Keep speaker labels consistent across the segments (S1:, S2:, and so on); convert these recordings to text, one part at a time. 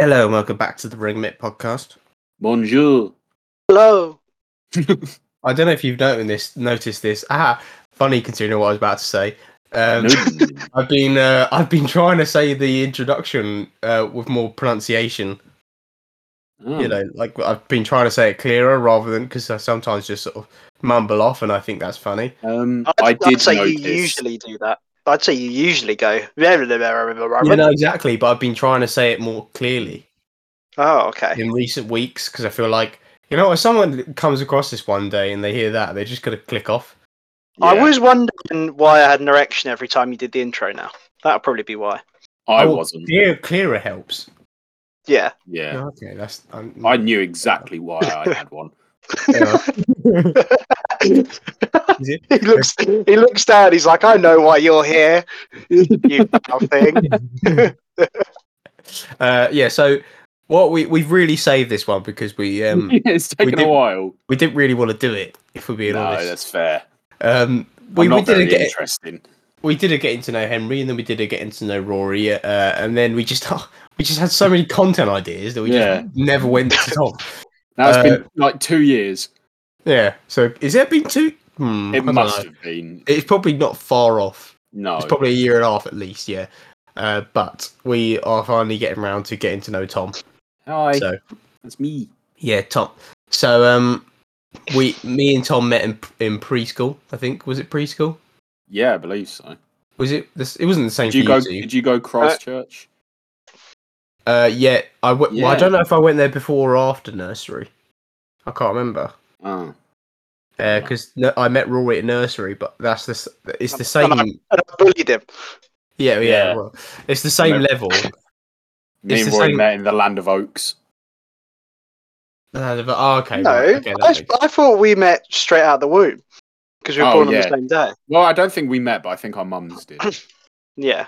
S1: Hello and welcome back to the Ring Mitt podcast.
S2: Bonjour.
S3: Hello.
S1: I don't know if you've noticed this. Noticed this. Ah, funny considering what I was about to say. Um,
S2: Nudge.
S1: I've been uh, I've been trying to say the introduction uh, with more pronunciation.
S2: Oh,
S1: You know, like I've been trying to say it clearer rather than because I sometimes just sort of mumble off, and I think that's funny.
S2: um,
S3: I'd,
S2: I
S3: I
S2: did
S3: would say
S2: notice.
S3: you usually do that. I'd say you usually go.
S1: You know exactly, but I've been trying to say it more clearly
S3: Oh, okay.
S1: in recent weeks because I feel like you know, if someone comes across this one day and they hear that, they're just gonna click off.
S3: I
S2: Yeah,
S3: was wondering why I had an erection every time you did the intro. Now that'll probably be why.
S2: I
S1: Oh,
S2: wasn't.
S1: Clear, clearer helps.
S3: Yeah.
S2: Yeah.
S1: Okay, that's. I'm,
S2: I knew exactly why I had one.
S1: Yeah.
S3: He looks. he looks down. He's like, I know why you're here. you foul thing.
S1: uh, yeah. So what we we've really saved this one because we um
S2: it's taken a
S1: did-
S2: while.
S1: we didn't really want to do it if we're being
S2: No,
S1: honest.
S2: that's fair.
S1: Um,
S2: We,
S1: we, we
S2: I'm not
S1: did a
S2: very
S1: get
S2: interesting.
S1: we did a getting to know Henry and then we did a getting to know Rory uh, and then we just oh, we just had so many content ideas that we
S2: Yeah.
S1: just never went to top.
S2: Now it's
S1: Uh,
S2: been like two years.
S1: yeah. So is it been two? Hmm, I
S2: It
S1: don't
S2: must
S1: know.
S2: have Oh, been.
S1: It's probably not far off.
S2: No.
S1: It's probably a year and a half at least. Yeah. Uh, but we are finally getting round to getting to know Tom.
S2: Hi,
S1: So
S2: that's me.
S1: Yeah, Tom. So um, we, me and Tom met in in preschool. I think was it preschool?
S2: Yeah, I believe so.
S1: Was it? This, it wasn't the same
S2: Did you
S1: for
S2: go?
S1: two.
S2: Did you go Christchurch?
S1: Uh, yeah, I went. Well, I
S2: Yeah.
S1: don't know if I went there before or after nursery. I can't remember
S2: Oh,
S1: because no, I met Rory at nursery, but that's the s- it's the
S3: And
S1: same.
S3: I- And I bullied him.
S1: Yeah, yeah.
S2: Yeah.
S1: Well, it's the same
S2: No.
S1: level.
S2: me
S1: It's
S2: and
S1: the
S2: Roy
S1: same-
S2: met in the land of oaks.
S1: Uh, oh, okay.
S3: no,
S1: right, okay, that
S3: I,
S1: makes-
S3: I thought we met straight out of the womb because we were
S2: Oh,
S3: born
S2: yeah.
S3: on the same day.
S2: Well, I don't think we met, but I think our mums did.
S3: Yeah.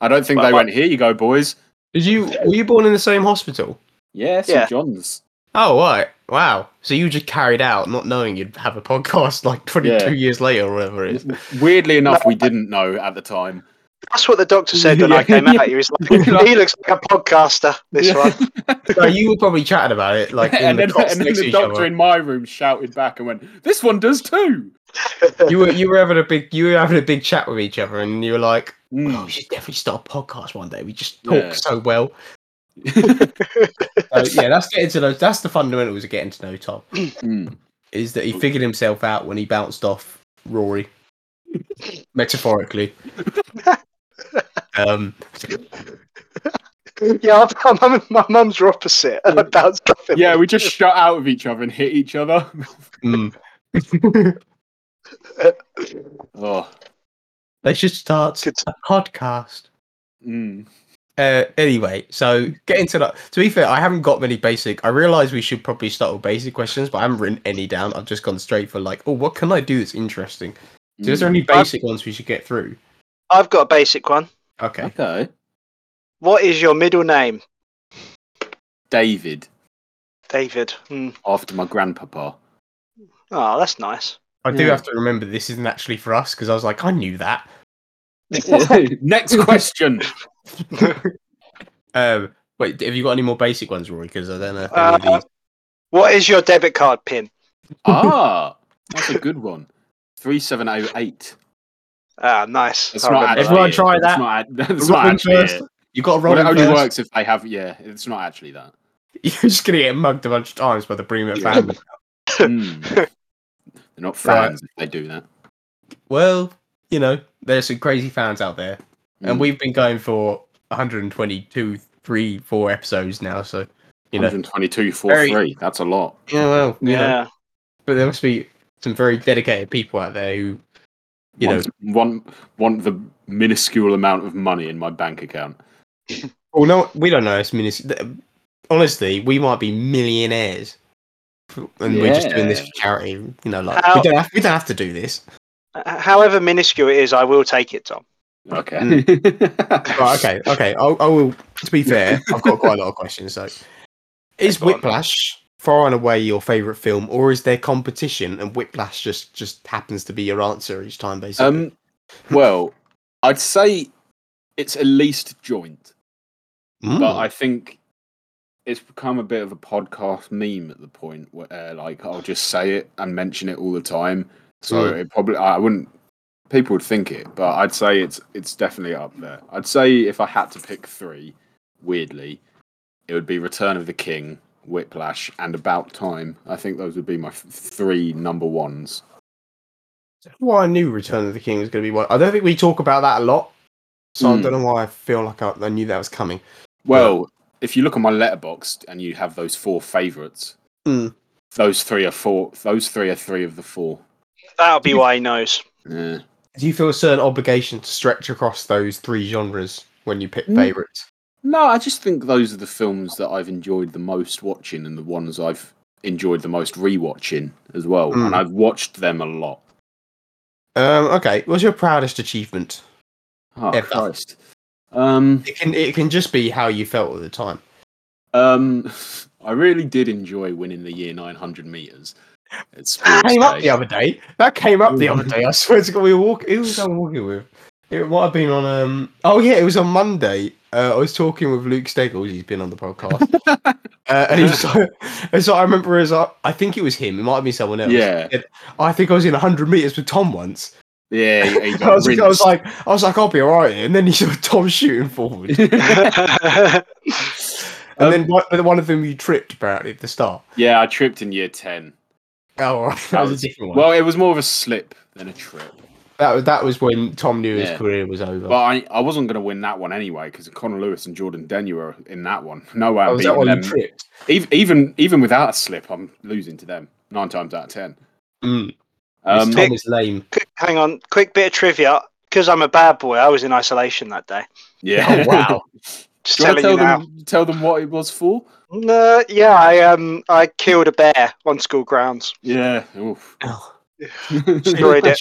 S2: I don't think
S3: Well,
S2: they
S3: I-
S2: went. Here you go, boys.
S1: Did you were you born in the same hospital?
S2: Yeah, St
S3: Yeah.
S2: John's.
S1: Oh right, wow. So you just carried out not knowing you'd have a podcast like twenty two
S2: Yeah.
S1: years later or whatever it is.
S2: Weirdly enough, we didn't know at the time.
S3: That's what the doctor said when I
S2: Yeah.
S3: came out. He was like, he looks like a podcaster. This
S2: Yeah.
S3: one.
S1: No, you were probably chatting about it, like in
S2: and,
S1: the
S2: then,
S1: cots
S2: and then
S1: next to
S2: the
S1: each
S2: doctor
S1: other.
S2: in my room shouted back and went, "This one does too."
S1: You were you were having a big you were having a big chat with each other, and you were like,
S2: Mm,
S1: "Oh, we should definitely start a podcast one day. We just talk
S2: Hmm. Yeah.
S1: so well." So, yeah, that's getting to know. That's the fundamentals of getting to know Tom.
S2: Mm.
S1: Is that he figured himself out when he bounced off Rory, metaphorically. um,
S3: Yeah, I- my mum, my mum's are opposite, and I bounced off him.
S2: Yeah, we just shut out of each other and hit each other.
S1: mm.
S2: Oh,
S1: let's just start
S3: Good.
S1: a podcast.
S2: mm.
S1: Uh, anyway, so getting to that. To be fair, I haven't got many basic. I realise we should probably start with basic questions, but I haven't written any down. I've just gone straight for like, oh, what can I do that's interesting? So
S2: mm.
S1: is there any basic ones we should get through?
S3: I've got a basic one.
S1: Okay.
S2: okay,
S3: What is your middle name,
S2: David,
S3: David? Hmm.
S2: after my grandpapa.
S3: Oh, that's nice.
S1: I do
S2: Yeah.
S1: have to remember this isn't actually for us because I was like, I knew that.
S2: Next question.
S1: Um, wait, have you got any more basic ones, Rory? Because I don't know. If any of
S3: Uh,
S1: these-
S3: what is your debit card pin?
S2: ah, that's a good one. Three seven oh eight.
S3: Ah, nice.
S2: It's
S3: I
S2: not
S3: remember
S2: actually
S3: that.
S1: Everyone
S2: it.
S1: try that.
S2: It's not, act- that's
S1: Roll
S2: not
S1: in
S2: actually
S1: first.
S2: it.
S1: you got to roll
S2: Well, it
S1: in
S2: only
S1: first.
S2: works if they have. Yeah, it's not actually that.
S1: You're just gonna get mugged a bunch of times by the Bremer
S2: Yeah.
S1: family.
S2: Mm. They're not
S1: Hmm. Right.
S2: fans if they do that.
S1: Well, you know, there's some crazy fans out there. And
S2: Mm.
S1: we've been going for 122, 3, 4 episodes now, so you know.
S2: 122 for
S1: Very-
S2: free. That's a lot.
S1: Yeah, well, you know,
S3: Yeah.
S1: But there must be some very dedicated people out there who you know
S2: want, want want the minuscule amount of money in my bank account.
S1: well no we don't know it's minis- th- honestly, we might be millionaires. And we're just doing this for
S2: Yeah.
S1: charity, you know, like we
S3: How-
S1: don't have, we don't have to do this.
S3: H- However minuscule it is, I will take it, Tom.
S2: Okay.
S1: Right, okay, okay. I'll, I will. To be fair, I've got quite a lot of questions. So, is
S3: Go on.
S1: Whiplash far and away your favourite film, or is there competition and Whiplash just just happens to be your answer each time, basically?
S2: Um, well, I'd say it's at least joint,
S1: Mm.
S2: but I think it's become a bit of a podcast meme at the point where uh, like I'll just say it and mention it all the time. So
S1: Mm.
S2: it probably I wouldn't people would think it, but I'd say it's it's definitely up there. I'd say if I had to pick three, weirdly, it would be Return of the King, Whiplash, and About Time. I think those would be my f- three number ones.
S1: Well, I knew Return of the King was going to be one. I don't think we talk about that a lot, so I
S2: Mm.
S1: don't know why I feel like I, I knew that was coming.
S2: Well, if you look on my letterbox and you have those four favourites,
S1: Mm.
S2: those three are four. Those three are three of the four.
S3: That'll be why he knows.
S2: Yeah.
S1: Do you feel a certain obligation to stretch across those three genres when you pick
S2: Mm.
S1: favorites?
S2: No, I just think those are the films that I've enjoyed the most watching and the ones I've enjoyed the most rewatching as well.
S1: Mm.
S2: And I've watched them a lot.
S1: Um, okay, what's your proudest achievement?
S2: Oh,
S1: Ever.
S2: Christ. Um,
S1: It can it can just be how you felt at the time.
S2: um, I really did enjoy winning the year 900 meters. at
S1: That
S2: sports
S1: came up
S2: day.
S1: the other day. That came up the
S2: Mm.
S1: other day. I swear to God, we were walking. Who was I walking with? It might have been on. Um. Oh yeah, it was on Monday. Uh, I was talking with Luke Steggles. He's been on the podcast, uh, and he was like, and so I remember as uh, I, I think it was him. It might have been someone else.
S2: Yeah,
S1: I think I was in 100 meters with Tom once.
S2: yeah, yeah, you
S1: I
S2: got
S1: was, I was
S2: rinsed.
S1: like, I was like, I'll be all right. here," And then he saw Tom shooting forward, and then one, but one of them you tripped apparently at the start.
S2: yeah, I tripped in year 10.
S1: Oh, all right. that was a different one.
S2: Well, it was more of a slip than a trip.
S1: that was that was when Tom knew his
S2: Yeah.
S1: career was over.
S2: But I, I wasn't going to win that one anyway because Connor Lewis and Jordan Denyer were in that one. No way I'm
S1: oh, was that
S2: beating
S1: one you
S2: them.
S1: tripped?
S2: Ev- even even without a slip, I'm losing to them nine times out of ten.
S1: Mm.
S2: Um,
S1: Tom is lame.
S3: Quick- Hang on, quick bit of trivia. Because I'm a bad boy, I was in isolation that day.
S2: yeah.
S1: Oh, wow.
S3: Just
S2: Do you wanna
S3: telling
S2: tell
S3: you now.
S2: them tell them what it was for?
S3: No, yeah, I um, I killed a bear on school grounds.
S2: Yeah. Oof.
S3: Destroyed it.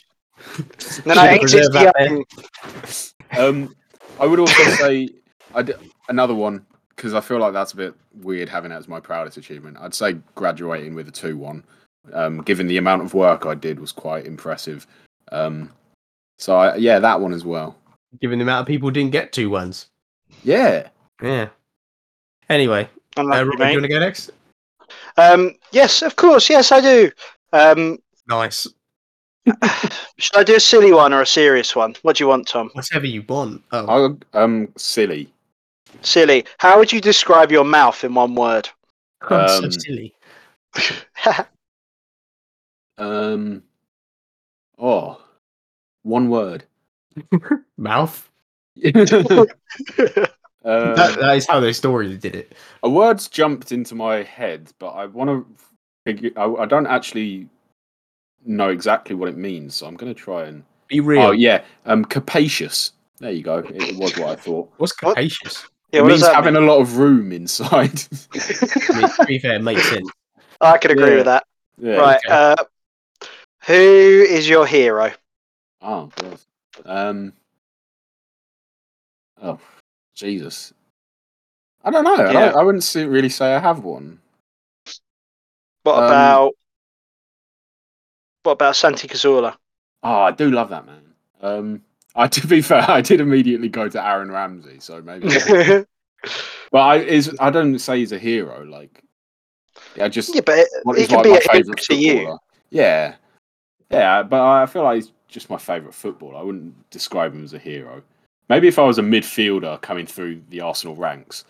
S3: And then
S1: Should've
S3: I
S1: reserved
S3: exited
S1: that
S3: the, um,
S2: um, I would also say I'd, another one because I feel like that's a bit weird having that as my proudest achievement. I'd say graduating with a two-one, um, given the amount of work I did, was quite impressive. Um, so I, yeah, that one as well.
S1: Given the amount of people who didn't get two ones.
S2: Yeah.
S1: Yeah. Anyway, uh,
S3: unlucky,
S1: Robin, do you
S3: mate.
S1: want to go next?
S3: Um, yes, of course, yes, I do. Um,
S1: Nice.
S3: should I do a silly one or a serious one? What do you want, Tom?
S1: Whatever you want. Oh,
S2: I, um, silly.
S3: Silly. How would you describe your mouth in one word?
S1: God, so
S2: um,
S1: silly.
S2: Um. Oh, one word.
S1: Mouth.
S2: um, uh,
S1: that, that is how those stories did it.
S2: a word's jumped into my head, but I want to figure. I, I don't actually know exactly what it means, so I'm going to try and.
S1: Be real.
S2: Oh yeah, um, capacious. There you go. It was what I thought.
S1: What's
S3: What?
S1: capacious?
S3: yeah,
S2: it
S3: what does
S2: means
S3: that
S2: having a lot of room inside.
S1: I mean, to be fair, it makes sense.
S3: I could agree
S2: Yeah.
S3: with that.
S2: yeah.
S3: right.
S1: okay.
S3: Uh, who is your hero?
S2: Oh, God. um. Oh, Jesus. I don't know. I,
S3: Yeah.
S2: don't- I wouldn't say, really say I have one.
S3: What
S2: Um,
S3: about what about Santi Cazorla?
S2: Oh, I do love that man. Um, I to be fair, I did immediately go to Aaron Ramsey, so maybe.
S3: yeah,
S2: but I is I don't say he's a hero. Like, I just
S3: but it,
S2: what
S3: he
S2: he's
S3: can
S2: like
S3: be
S2: my
S3: a hero
S2: favorite
S3: to you.
S2: footballer. Yeah, yeah. But I feel like he's just my favorite footballer. I wouldn't describe him as a hero. Maybe if I was a midfielder coming through the Arsenal ranks,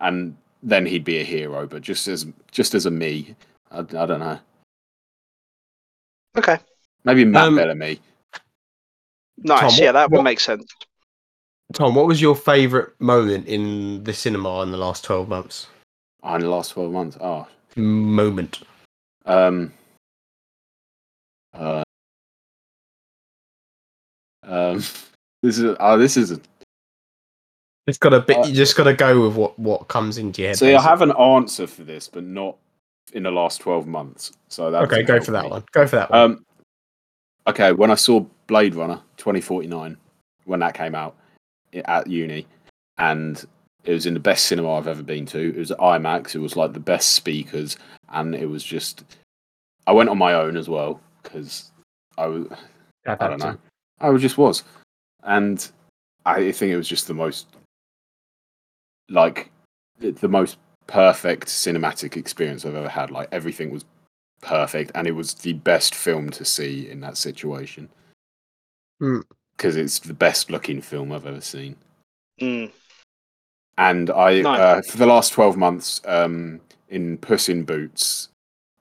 S2: and then he'd be a hero. But just as just as a me, I, I don't know.
S3: Okay,
S2: Maybe Matt
S1: Um,
S2: Bellamy.
S3: nice.
S1: Tom,
S3: yeah,
S1: what- what-
S3: that would make sense.
S1: Tom, what was your favourite moment in the cinema in the last 12 months?
S2: Oh, in the last twelve months. Oh,
S1: Moment.
S2: Um. Uh, um. This is oh, this is.
S1: It's got a bit.
S2: Uh,
S1: you just got to go with what what comes into your head.
S2: so I
S1: basically.
S2: have an answer for this, but not in the last twelve months. So that
S1: okay,
S2: doesn't
S1: go
S2: help
S1: for that
S2: me.
S1: one. Go for that one.
S2: Um. Okay, when I saw Blade Runner twenty forty nine, when that came out i- at uni, and it was in the best cinema I've ever been to. It was at IMAX. It was like the best speakers, and it was just. I went on my own as well because I was
S1: That
S2: I don't
S1: happened.
S2: know. I was- just was, and I think it was just the most like the- the most perfect cinematic experience I've ever had. Like everything was perfect, and it was the best film to see in that situation
S1: Hmm.
S2: because it's the best looking film I've ever seen.
S3: Mm.
S2: And I,
S3: Nice.
S2: uh, for the last 12 months, um, in Puss in Boots,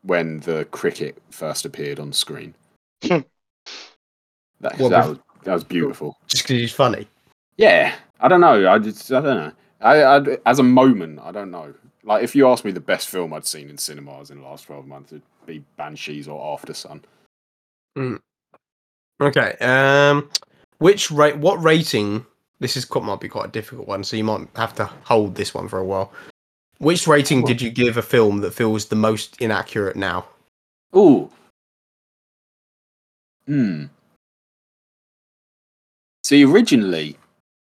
S2: when the cricket first appeared on screen,
S3: Hmm.
S2: that, 'cause
S1: Well,
S2: that,
S1: bef-
S2: was, that was beautiful.
S1: Just because he's funny.
S2: Yeah, I don't know. I just, I don't know. I, I, as a moment, I don't know. Like, if you asked me the best film I'd seen in cinemas in the last 12 months, it'd be Banshees or After Sun.
S1: Okay. Um, which rate? What rating? This is quite, might be quite a difficult one, so you might have to hold this one for a while. Which rating did you give a film that feels the most inaccurate now?
S2: Ooh. Hmm. See, originally,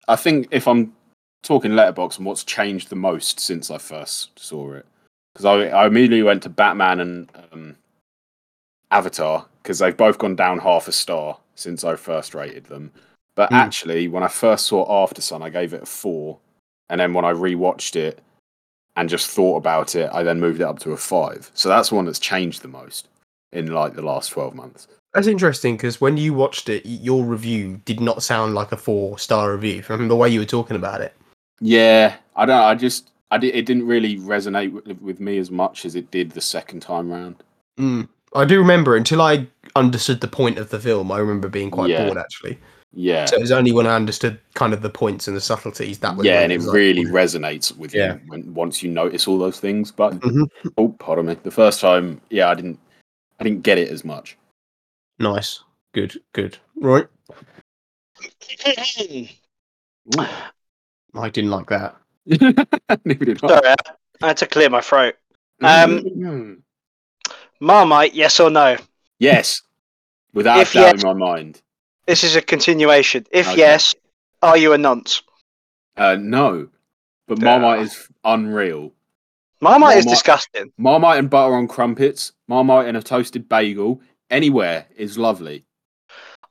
S2: I think if I'm talking letterbox and what's changed the most since I first saw it, because I, I immediately went to Batman and um, Avatar because they've both gone down half a star since I first rated them. But
S1: Hmm.
S2: actually, when I first saw After Sun, I gave it a four, and then when I rewatched it and just thought about it, I then moved it up to a five. So that's the one that's changed the most in like the last twelve months.
S1: That's interesting because when you watched it, y- your review did not sound like a four-star review from the way you were talking about it.
S2: Yeah, I don't. I just I did. It didn't really resonate with, with me as much as it did the second time round.
S1: Mm. I do remember until I understood the point of the film. I remember being quite
S2: Yeah.
S1: bored actually.
S2: Yeah,
S1: So it was only when I understood kind of the points and the subtleties that was
S2: yeah,
S1: when
S2: and it
S1: was like,
S2: really resonates with
S1: Yeah.
S2: you when, once you notice all those things. But
S1: Mhm.
S2: oh, pardon me. The first time, yeah, I didn't. I didn't get it as much.
S1: nice, good, good. Right, I didn't like that.
S2: Neither did I.
S3: Sorry, I I had to clear my throat. um, Marmite, yes or no?
S2: yes, without a
S3: If
S2: doubt in my mind.
S3: This is a continuation. If
S2: Okay.
S3: yes, are you a nonce?
S2: Uh, no, but
S3: Yeah.
S2: Marmite is unreal.
S3: Marmite is
S2: Marmite.
S3: disgusting.
S2: Marmite and butter on crumpets, Marmite and a toasted bagel, anywhere is lovely.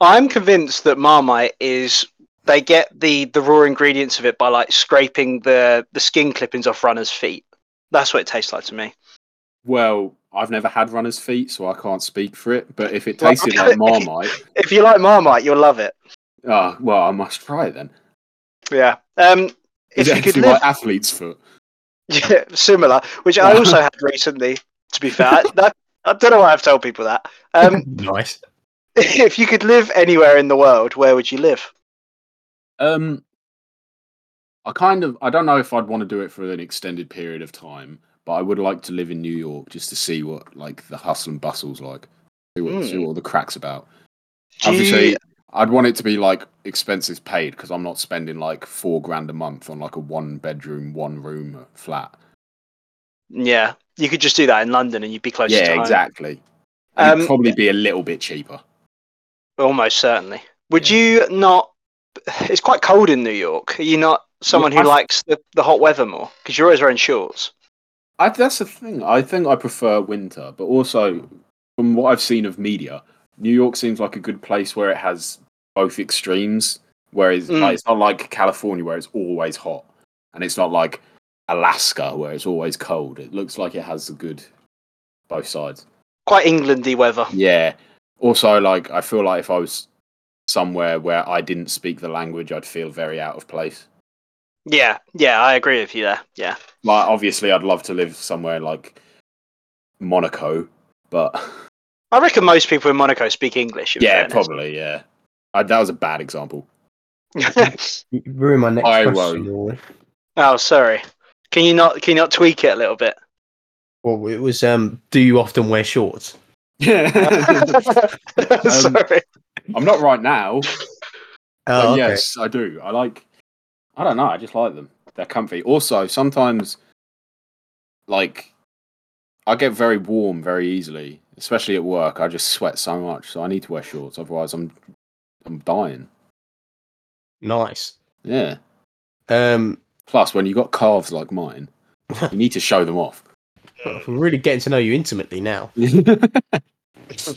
S3: I'm convinced that Marmite is they get the the raw ingredients of it by like scraping the the skin clippings off runners' feet. That's what it tastes like to me.
S2: Well, I've never had runner's feet, so I can't speak for it. But if it
S3: Well,
S2: tasted like Marmite,
S3: If you like Marmite, you'll love it.
S2: ah, well, I must try it then.
S3: Yeah. Um,
S2: Is
S3: if you
S2: it
S3: could
S2: actually
S3: live
S2: like athlete's foot?
S3: yeah, similar, which I also had recently. To be fair, I, that, I don't know why I've told people that. Um,
S1: nice.
S3: if you could live anywhere in the world, where would you live?
S2: Um, I kind of, I don't know if I'd want to do it for an extended period of time, but I would like to live in New York just to see what like the hustle and bustle's like, see what, see
S3: Hmm.
S2: what all the cracks about.
S3: Do you-
S2: Obviously, I'd want it to be like expenses paid because I'm not spending like four grand a month on like a one bedroom, one room flat.
S3: yeah, you could just do that in London, and you'd be close. to
S2: yeah,
S3: home.
S2: exactly. And it'd
S3: Um,
S2: probably be a little bit cheaper.
S3: Almost certainly. Would
S2: Yeah.
S3: you not? It's quite cold in New York. Are you not someone
S2: I-
S3: who likes the, the hot weather more? Because you're always wearing shorts.
S2: I, that's the thing. I think I prefer winter, but also from what I've seen of media, New York seems like a good place where it has both extremes. Whereas
S3: Mm.
S2: like, it's not like California where it's always hot, and it's not like Alaska where it's always cold. It looks like it has a good both sides.
S3: Quite Englandy weather.
S2: Yeah. Also, like, I feel like if I was somewhere where I didn't speak the language, I'd feel very out of place.
S3: Yeah, yeah, I agree with you there. Yeah.
S2: Like, obviously, I'd love to live somewhere like Monaco, but
S3: I reckon most people in Monaco speak English. In
S2: yeah,
S3: fairness.
S2: probably, yeah. I, that was a bad example.
S1: You ruined my next
S2: I
S1: question. Rory.
S3: oh, sorry. Can you not? Can you not tweak it a little bit?
S1: Well, it was um, do you often wear shorts?
S2: Yeah.
S3: sorry.
S2: I'm not right now, but
S1: Oh, okay.
S2: Uh, yes, I do. I like, I don't know, I just like them. They're comfy. Also, sometimes, like, I get very warm very easily, especially at work. I just sweat so much, so I need to wear shorts. Otherwise, I'm I'm dying.
S1: nice.
S2: Yeah.
S1: Um,
S2: Plus, when you got calves like mine, you need to show them off.
S1: we're really getting to know you intimately now.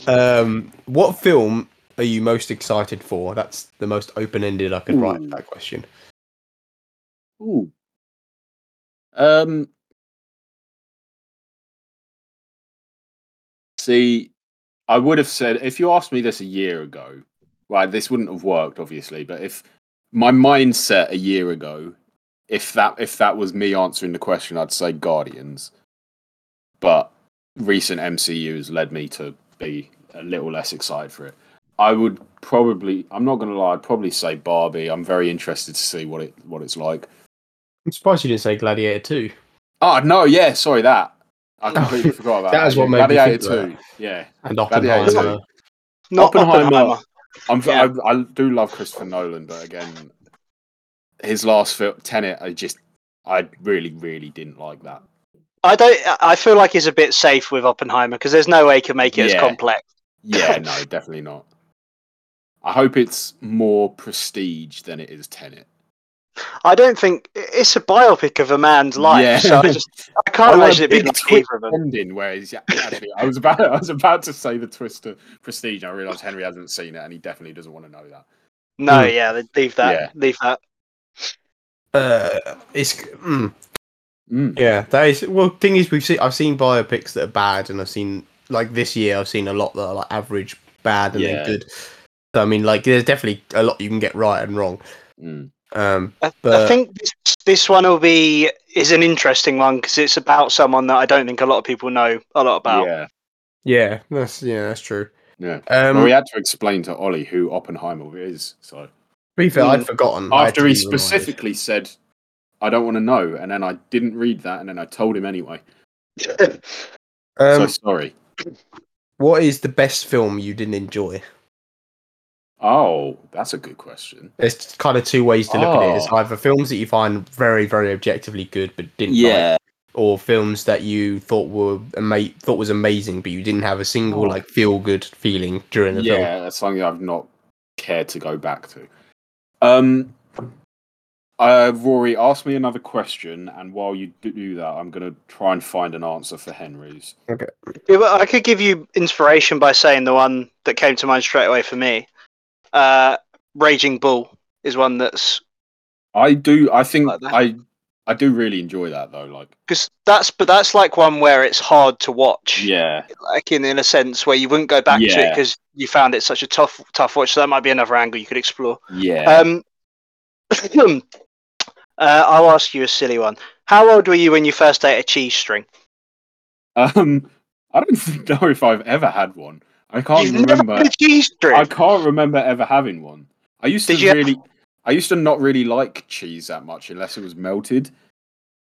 S1: Um, what film are you most excited for? That's the most open-ended I could write
S2: Ooh.
S1: that question.
S2: Ooh. Um, See, I would have said if you asked me this a year ago, right? This wouldn't have worked, obviously. But if my mindset a year ago, if that if that was me answering the question, I'd say Guardians. But recent MCU has led me to be a little less excited for it. I would probably, I'm not going to lie, I'd probably say Barbie. I'm very interested to see what it what it's like.
S1: I'm surprised you didn't say Gladiator 2.
S2: Oh no, yeah, sorry that. I completely forgot about
S1: That
S2: that.
S1: is what made me
S2: Gladiator
S1: think about
S2: Two. Yeah,
S1: And
S2: Gladiator
S1: Oppenheimer.
S2: two. Oppenheimer. I'm,
S3: Yeah.
S2: I, I do love Christopher Nolan, but again, his last film Tenet, I just, I really, really didn't like that.
S3: I don't. I- I feel like he's a bit safe with Oppenheimer because there's no way he can make it as
S2: Yeah.
S3: complex.
S2: Yeah, no, definitely not. I hope it's more prestige than it is Tenet.
S3: I don't think i- it's a biopic of a man's life,
S2: Yeah.
S3: so I just I can't
S2: I want
S3: imagine
S2: a
S3: it being
S2: big
S3: like
S2: twist
S3: either of them.
S2: ending where he's yeah, actually I was about I was about to say the twist of prestige. I realised Henry hasn't seen it and he definitely doesn't want to know that.
S3: No,
S1: Hmm.
S3: yeah, they- leave that.
S2: Yeah.
S3: Leave that.
S1: Uh, it's mm,
S2: Mm.
S1: yeah, that is. Well, thing is, we've seen I've seen biopics that are bad, and I've seen like this year I've seen a lot that are like average, bad, and
S2: Yeah.
S1: then good. So I mean, like, there's definitely a lot you can get right and wrong.
S2: Mm.
S1: Um,
S3: I, I
S1: But-
S3: think this, this one will be is an interesting one because it's about someone that I don't think a lot of people know a lot about.
S2: Yeah.
S1: yeah, that's yeah, that's true.
S2: Yeah.
S1: Um,
S2: well, we had to explain to Ollie who Oppenheimer is. So
S1: to be fair,
S3: Mm.
S1: I'd forgotten I had
S2: after
S1: to
S2: he
S1: be reminded.
S2: specifically said, "I don't want to know," and then I didn't read that, and then I told him anyway. so
S1: Um,
S2: sorry.
S1: what is the best film you didn't enjoy?
S2: Oh, that's a good question.
S1: There's kind of two ways to look at it. It's
S2: Oh.
S1: either films that you find very, very objectively good but didn't like, or films that you thought were ama- thought was amazing, but you didn't have a single
S2: Oh.
S1: like feel good feeling during the film.
S2: yeah, that's something I've not cared to go back to. Um, uh, Rory, ask me another question, and while you do that, I'm going to try and find an answer for Henry's.
S3: Yeah, well, I could give you inspiration by saying the one that came to mind straight away for me. Uh, Raging Bull is one that's
S2: I do. I think
S3: Like that.
S2: I, I do really enjoy that though. Like,
S3: because that's but that's like one where it's hard to watch.
S2: yeah,
S3: like in, in a sense where you wouldn't go back to it
S2: Yeah.
S3: because you found it such a tough tough watch. So that might be another angle you could explore.
S2: yeah.
S3: Um, uh, I'll ask you a silly one. How old were you when you first ate a cheese string?
S2: Um, I don't know if I've ever had one. I can't
S3: You've never
S2: remember.
S3: had a cheese string.
S2: I can't remember ever having one. I used
S3: Did
S2: to
S3: you-
S2: really, I used to not really like cheese that much unless it was melted.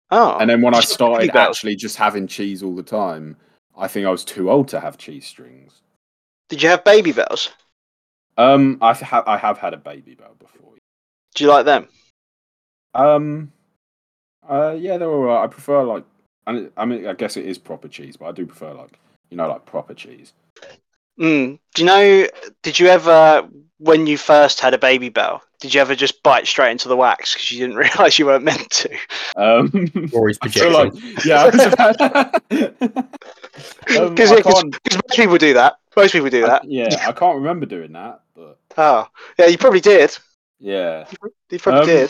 S3: oh,
S2: And then when I
S3: Did you really
S2: started
S3: go?
S2: actually just having cheese all the time, I think I was too old to have cheese strings.
S3: did you have baby bells?
S2: Um, I ha- I have had a baby bell before.
S3: Do you like them?
S2: Um, uh, yeah, they're all right. I prefer like, I I mean, I guess it is proper cheese, but I do prefer like, you know, like proper cheese.
S3: Mm. Do you know? Did you ever, when you first had a baby bell, did you ever just bite straight into the wax because you didn't realise you weren't meant to?
S2: Um,
S1: Or he's
S2: I feel
S1: projecting.
S2: like, yeah, I was about- Um,
S3: Because
S2: I can't-
S3: most people do that. Most people do
S2: I-
S3: that.
S2: yeah, I can't remember doing that, but
S3: Oh, yeah, you probably did.
S2: yeah.
S3: You probably
S2: Um,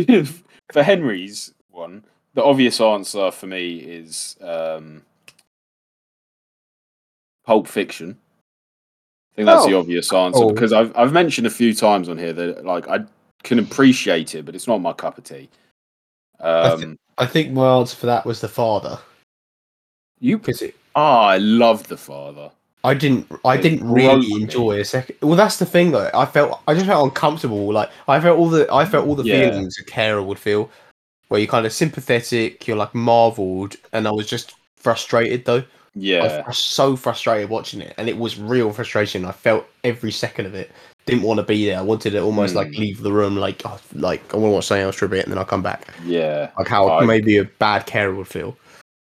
S3: did.
S2: for Henry's one, the obvious answer for me is um, Pulp Fiction. I think that's the
S3: Oh.
S2: obvious answer
S1: Oh.
S2: because I've I've mentioned a few times on here that like I can appreciate it, but it's not my cup of tea.
S1: That's
S2: Um,
S1: I think my answer for that was the father
S2: you
S1: because it.
S2: ah, I love the father.
S1: I didn't. I
S2: It
S1: didn't
S2: broke
S1: really
S2: me.
S1: enjoy a second. Well, that's the thing though. I felt. I just felt uncomfortable. Like I felt all the. I felt all the
S2: Yeah.
S1: feelings a carer would feel, where you're kind of sympathetic. You're like marvelled, and I was just frustrated though.
S2: Yeah,
S1: I was so frustrated watching it, and it was real frustration. I felt every second of it. Didn't want to be there. I wanted to almost like
S2: Hmm.
S1: leave the room. Like, oh, like I want to watch something else for a bit, and then I'll come back.
S2: yeah.
S1: Like how
S2: I-
S1: maybe a bad carer would feel.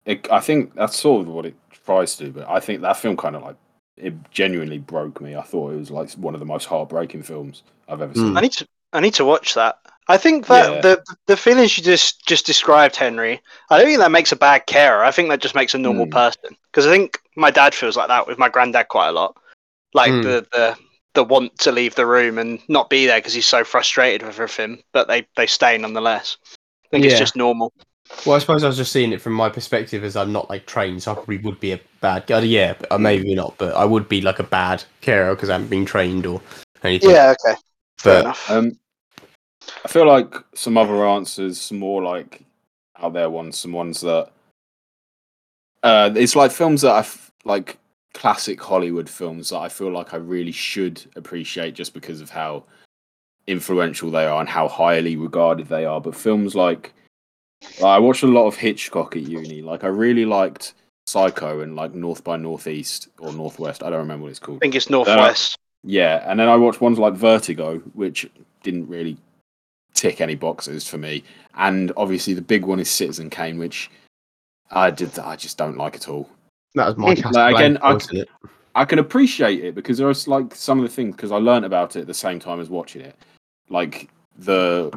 S2: It, I think that's sort of what it tries to do, but I think that film kind of like it genuinely broke me. I thought it was like one of the most heartbreaking films I've ever seen.
S1: Mm.
S3: I need to. I need to watch that. I think that
S2: Yeah.
S3: the the feelings you just just described, Henry. I don't think that makes a bad carer. I think that just makes a normal
S2: Mm.
S3: person. Because I think my dad feels like that with my granddad quite a lot. Like
S1: Mm.
S3: the the the want to leave the room and not be there because he's so frustrated with everything, but they they stay nonetheless. I think
S1: Yeah.
S3: it's just normal.
S1: Well, I suppose I was just seeing it from my perspective as I'm not like trained, so I probably would be a bad guy. Yeah, but, uh, maybe not, but I would be like a bad carer because I haven't been trained or anything.
S3: Yeah, okay. Fair
S1: but
S3: enough.
S2: Um, I feel like some other answers, some more like out there ones, some ones that uh, it's like films that I f- like classic Hollywood films that I feel like I really should appreciate just because of how influential they are and how highly regarded they are. But films like I watched a lot of Hitchcock at uni. Like I really liked Psycho and like North by Northeast or Northwest. I don't remember what it's called.
S3: I think it's Northwest.
S2: Yeah, and then I watched ones like Vertigo, which didn't really tick any boxes for me. And obviously, the big one is Citizen Kane, which I did. I just don't like at all.
S1: that was my
S2: Like,
S1: cast of
S2: again,
S1: blame,
S2: I-
S1: wasn't it?
S2: I can appreciate it because there are like some of the things because I learnt about it at the same time as watching it, like the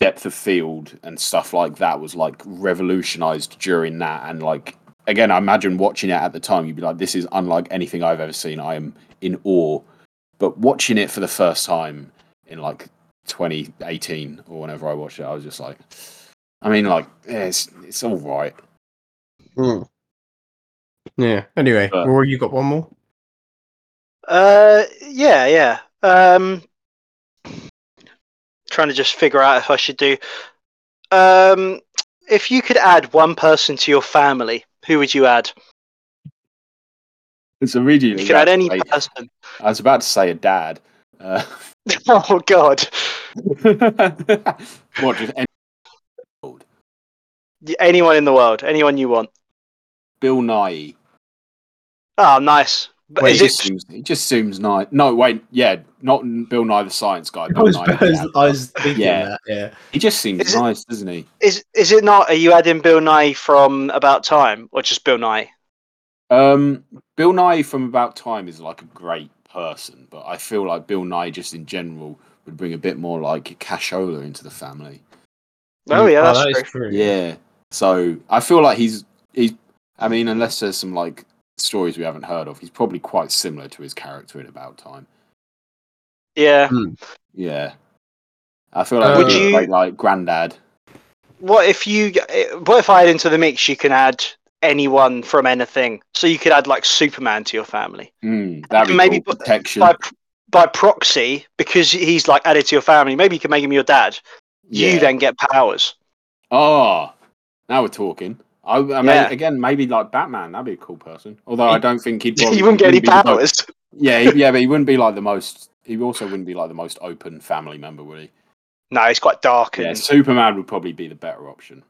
S2: depth of field and stuff like that was like revolutionized during that and like again i imagine watching it at the time you'd be like this is unlike anything i've ever seen i am in awe but watching it for the first time in like 2018 or whenever i watched it i was just like i mean like yeah, it's it's all right
S1: Mm. Yeah. Anyway,
S2: But-
S1: Rory, you got one more?
S3: Uh, yeah, yeah. Um, trying to just figure out if I should do. Um, if you could add one person to your family, who would you add?
S2: it's immediately
S3: You could add any
S2: like-
S3: person.
S2: I was about to say a dad. Uh,
S3: Oh God,
S2: what? Just any-
S3: Y- anyone in the world, anyone you want.
S2: Bill Nye.
S3: Oh, nice. But
S2: He
S1: Wait,
S3: is
S2: just
S3: it?
S2: seems. He just seems Nye. No, wait. Yeah, not Bill Nye the Science Guy.
S1: I
S2: Bill
S1: was,
S2: Nye. the
S1: I was,
S2: dad.
S1: I was thinking
S2: Yeah.
S1: that. Yeah.
S2: He just seems
S3: Is it-
S2: nice, doesn't he?
S3: Is is it not? Are you adding Bill Nye from About Time, or just Bill Nye?
S2: Um, Bill Nye from About Time is like a great person, but I feel like Bill Nye just in general would bring a bit more like cashola into the family.
S3: Oh yeah, that's
S1: Mm, that is
S3: true.
S2: Yeah. So I feel like he's he's. I mean, unless there's some like stories we haven't heard of, he's probably quite similar to his character in About Time.
S3: Yeah.
S2: Yeah. I feel like
S1: Uh,
S2: would
S1: Would
S2: you
S3: you-
S2: like, like granddad?
S3: What if you? eh, What if I add into the mix? You can add anyone from anything. So you could add like Superman to your family
S2: Mm, that'd be
S3: Maybe
S2: maybe
S3: put-
S2: protection.
S3: by pr- by proxy because he's like added to your family. Maybe you can make him your dad.
S2: Yeah.
S3: You then get powers.
S2: Oh, now we're talking. I, I mean,
S3: Yeah.
S2: again, maybe like Batman. That'd be a cool person. Although I don't think he'd. probably-
S3: you wouldn't get any
S2: be the most-
S3: powers.
S2: Yeah, he- yeah, but he wouldn't be like the most. He also wouldn't be like the most open family member, would he?
S3: No, it's quite dark and
S2: Yeah, Superman would probably be the better option.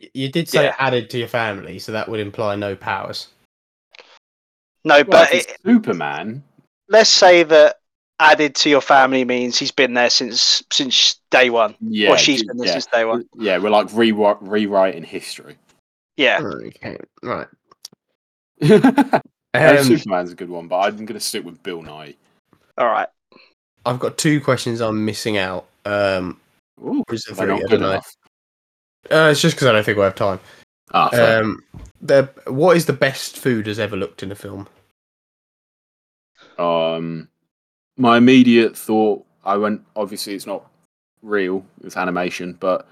S1: Y- You did say
S3: Yeah.
S1: added to your family, so that would imply no powers.
S3: no.
S2: Well,
S3: But
S2: if
S3: it,
S2: it's Superman.
S3: let's say that added to your family means he's been there since since day one,
S2: Yeah,
S3: or she's
S2: ju-
S3: been there
S2: yeah.
S3: since day one.
S2: Yeah, we're like rewi- rewriting history.
S3: Yeah.
S1: Oh, Okay. Right.
S2: No,
S1: Um,
S2: Superman's a good one, but I'm going to stick with Bill Nye.
S3: All right.
S1: I've got two questions I'm missing out. Um,
S2: Ooh,
S1: or is it
S2: they're
S1: three?
S2: not
S1: I
S2: good
S1: don't know.
S2: enough.
S1: Uh, it's just because I don't think we have time.
S2: Ah, fair.
S1: Um, the what is the best food has ever looked in a film?
S2: Um, my immediate thought, I went. Obviously, it's not real; it's animation. But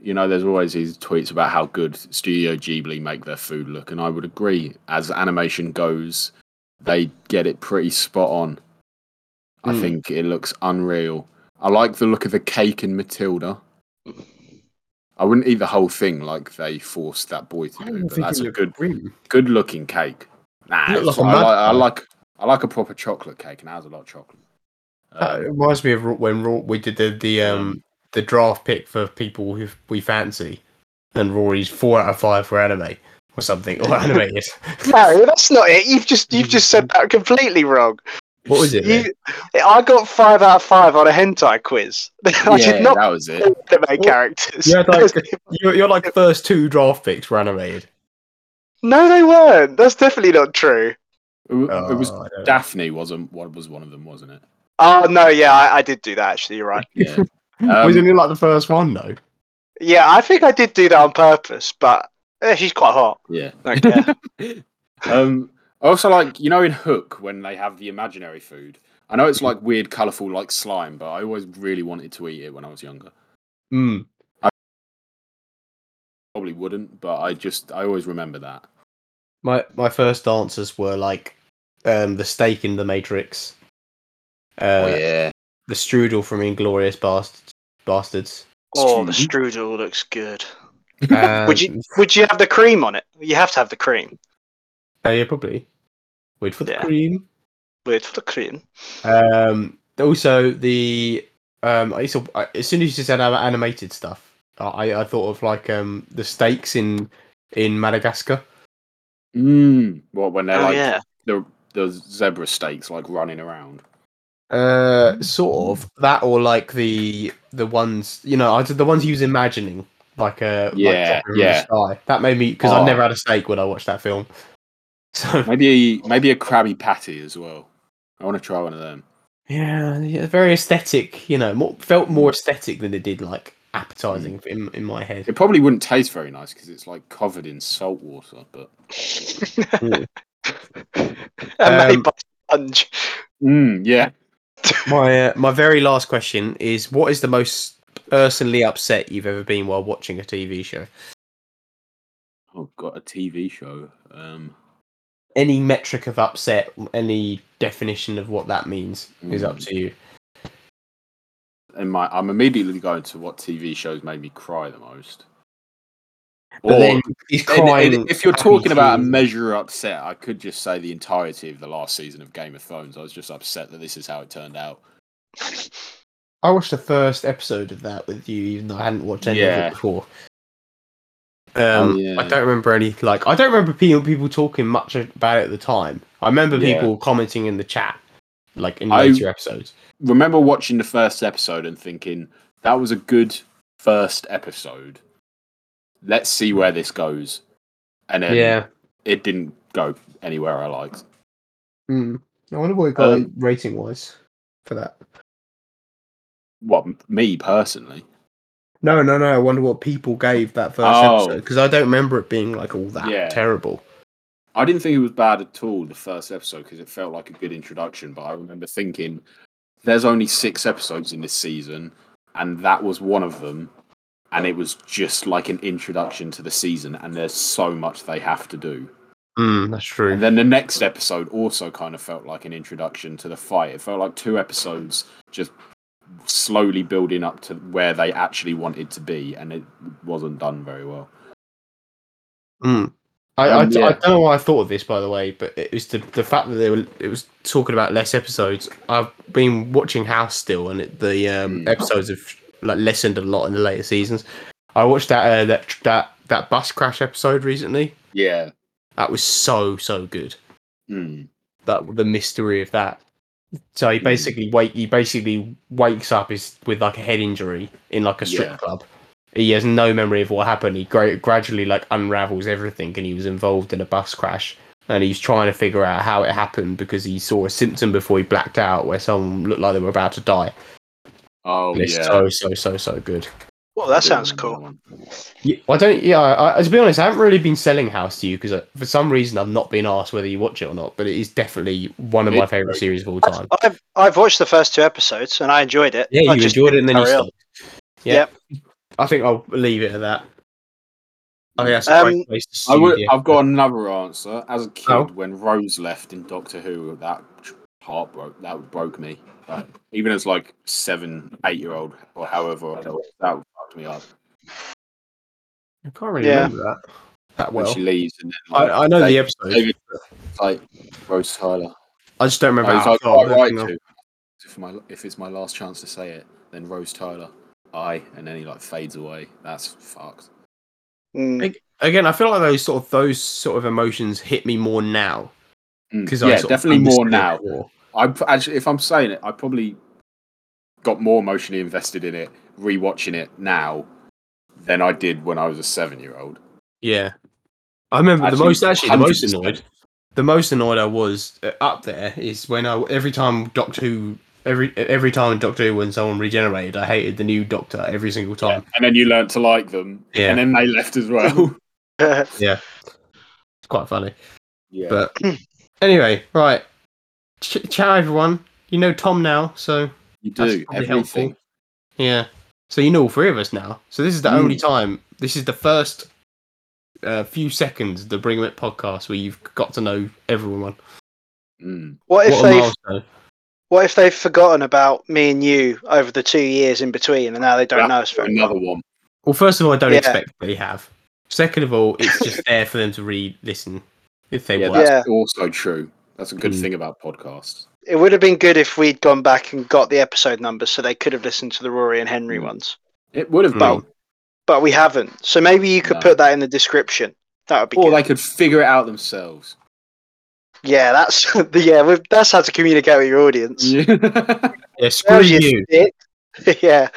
S2: you know, there's always these tweets about how good Studio Ghibli make their food look, and I would agree. As animation goes, they get it pretty spot on. I
S1: Mm.
S2: think it looks unreal. I like the look of the cake in Matilda. I wouldn't eat the whole thing like they forced that boy to do, but that's a good good looking cake. Nah,
S1: Look
S2: it's-
S1: like a mad
S2: I, like, I
S1: pie.
S2: like I like a proper chocolate cake, and it has a lot of chocolate.
S1: That
S2: Um,
S1: Uh, reminds me of Raw- when Raw, we did the the um
S2: Um,
S1: the draft pick for people who we fancy, and Rory's four out of five for anime or something or animated.
S3: No, that's not it. You've just you've just
S2: Mm.
S3: said that completely wrong.
S1: what was it? then?
S3: You, I got five out of five on a hentai quiz. I
S2: yeah,
S3: did not
S2: that was it.
S3: know anime characters.
S1: Yeah, like- Your, your like first two draft picks were animated.
S3: no, they weren't. That's definitely not true.
S2: It wa- it was
S1: Oh, I don't know.
S2: Daphne, wasn't what was one of them, wasn't it?
S3: Oh no, yeah, I, I did do that actually. You're right.
S2: Yeah.
S1: Wasn't
S2: Um,
S1: it like the first one though?
S3: Yeah, I think I did do that on purpose, but eh, she's quite hot.
S2: yeah.
S3: Don't care.
S2: Um, I also like you know in Hook when they have the imaginary food. I know it's like weird, colourful, like
S1: hmm,
S2: slime, but I always really wanted to eat it when I was younger.
S1: Mm.
S2: probably wouldn't, but I just I always remember that.
S1: My my first answers were like um, the steak in the Matrix,
S3: Oh,
S1: uh,
S2: yeah,
S1: the strudel from Inglorious Bastards, Bastards.
S3: Oh, the
S2: Strudel.
S3: strudel looks good.
S1: Um,
S3: Would you would you have the cream on it? You have to have the cream.
S1: oh, yeah, probably. Wait for the
S3: Yeah.
S1: cream.
S3: Wait for the cream.
S1: Um, also the um, I used to, I, as soon as you said anim- animated stuff, I, I thought of like um the steaks in in Madagascar.
S2: Mm. What when they're
S3: oh
S2: like
S3: yeah.
S2: the the zebra steaks like running around.
S1: Uh,
S2: Mm.
S1: sort of that, or like the the ones you know, I did the ones he was imagining, like uh, like
S2: Yeah,
S1: Jack in the
S2: yeah.
S1: Sky. That made me because
S2: Oh.
S1: I've never had a steak when I watched that film. So
S2: Maybe maybe a Krabby Patty as well. I want to try one of them.
S1: yeah, yeah, very aesthetic. You know, more, felt more
S2: Mm.
S1: aesthetic than it did like appetizing in in my head.
S2: It probably wouldn't taste very nice because it's like covered in salt water, but
S3: and
S1: Um,
S3: made by sponge.
S2: mm, yeah.
S1: My uh, my very last question is: What is the most personally upset you've ever been while watching a TV show?
S2: Oh, got a TV show. Um,
S1: Any metric of upset, any definition of what that means is up
S2: Mm.
S1: to you.
S2: and my I'm immediately going to what TV shows made me cry the most.
S1: But
S2: Or-
S1: then he's
S2: and-
S1: crying.
S2: and if you're
S1: happy
S2: talking about a
S1: tears.
S2: measure upset, I could just say the entirety of the last season of Game of Thrones. I was just upset that this is how it turned out.
S1: I watched the first episode of that with you, even though I hadn't watched any of
S2: Yeah.
S1: it before. Um,
S2: Oh, yeah.
S1: I don't remember any like I don't remember people people talking much about it at the time. I remember
S2: Yeah.
S1: people commenting in the chat, like in
S2: I-
S1: later episodes.
S2: remember watching the first episode and thinking that was a good first episode. Let's see where this goes, and then
S1: yeah,
S2: it didn't go anywhere I liked.
S1: mm. I wonder what it got
S2: Um,
S1: rating wise for that.
S2: What m- me personally?
S1: No, no, no. I wonder what people gave that first
S2: Oh.
S1: episode because I don't remember it being like all that
S2: Yeah.
S1: terrible.
S2: I didn't think it was bad at all the first episode because it felt like a good introduction. But I remember thinking, "There's only six episodes in this season, and that was one of them." And it was just like an introduction to the season, and there's so much they have to do.
S1: Mm, that's true.
S2: And then the next episode also kind of felt like an introduction to the fight. It felt like two episodes just slowly building up to where they actually wanted to be, and it wasn't done very well.
S1: Mm. I, I,
S2: Um,
S1: d- I
S2: yeah.
S1: don't know why I thought of this, by the way, but it was the, the fact that they were it was talking about less episodes. I've been watching House still, and it, the um,
S2: Mm.
S1: episodes have like lessened a lot in the later seasons. I watched that uh, that that that bus crash episode recently.
S2: Yeah.
S1: That was so so good.
S2: Mm.
S1: That the mystery of that. So he
S2: Mm.
S1: basically wake he basically wakes up is with like a head injury in like a strip
S2: Yeah.
S1: club. He has no memory of what happened. He gra- gradually like unravels everything, and he was involved in a bus crash. And he's trying to figure out how it happened because he saw a symptom before he blacked out, where someone looked like they were about to die.
S2: Oh,
S1: And it's
S2: yeah.
S1: so so so so good.
S3: Well, that
S2: Do
S3: sounds
S2: remember
S3: cool.
S2: that one.
S1: Yeah, I don't. Yeah, I, I, to be honest, I haven't really been selling House to you because for some reason I've not been asked whether you watch it or not. But it is definitely one of my
S2: It's very
S1: favorite series of all
S3: I've,
S1: time.
S3: I've, I've watched the first two episodes and I enjoyed it.
S1: Yeah,
S3: I
S1: you
S3: just
S1: enjoyed it and then you
S3: carry on.
S1: stopped. Yeah.
S3: Yep.
S1: I think I'll leave it at that. I think that's a
S3: Um,
S1: great place to see
S2: I would,
S1: the-
S2: I've got another answer. As a kid,
S1: Oh.
S2: when Rose left in Doctor Who, that heart broke. That broke me. Like, even as like seven, eight year old, or however, old I was, that fucked me up.
S1: I can't really
S3: Yeah.
S1: remember that that
S2: when
S1: well.
S2: she leaves, and then like,
S1: I, I know
S2: they-
S1: the episode.
S2: David, like Rose Tyler. Uh,
S1: I just don't
S2: Ah, I
S1: remember
S2: was
S1: how
S2: like,
S1: it felt.
S2: quite right
S1: Nothing else.
S2: to. If my if it's my last chance to say it, then Rose Tyler, I, and then he like fades away. That's fucked.
S3: Mm,
S1: Ag- Again, I feel like those sort of those sort of emotions hit me more now because
S2: yeah,
S1: I sort of
S2: definitely more
S1: understood it
S2: now.
S1: more.
S2: I p- actually, if I'm saying it, I probably got more emotionally invested in it rewatching it now than I did when I was a seven year old.
S1: Yeah, I remember the
S2: Actually,
S1: most actually the most
S2: 100%.
S1: annoyed the most annoyed I was uh, up there is when I every time Doctor Who every every time Doctor Who when someone regenerated I hated the new Doctor every single time.
S2: And then you learnt to like them,
S1: Yeah.
S2: and then they left as well.
S1: It's quite funny.
S2: yeah.
S1: But- Anyway, right. Ch- ciao, everyone. You know Tom now, so
S2: you
S1: that's
S2: do
S1: probably helpful.
S2: everything.
S1: yeah. So you know all three of us now. So this is the
S2: Mm.
S1: only time. This is the first uh, few seconds, the Bring 'Em It podcast, where you've got to know everyone.
S2: Mm.
S3: What if
S1: what a
S3: they
S1: milestone.
S3: What if they've forgotten about me and you over the two years in between, and now they don't
S2: Yeah.
S3: know us very well?
S2: Another one.
S1: Well, first of all, I don't
S3: Yeah.
S1: expect they have. Second of all, it's just there for them to read, listen, if they
S2: Yeah,
S1: want.
S2: that's also true. That's a good
S1: Mm.
S2: thing about podcasts.
S3: It would have been good if we'd gone back and got the episode numbers, so they could have listened to the Rory and Henry
S2: Mm.
S3: ones.
S2: It would have
S1: Mm.
S2: been.
S3: But we haven't, so maybe you could
S2: No.
S3: put that in the description. That would be
S2: Or
S3: good.
S2: they could figure it out themselves.
S3: yeah, that's yeah, we've, that's how to communicate with your audience.
S2: Yeah.
S1: Yeah,
S3: There's
S1: screw you.
S3: your stick. yeah,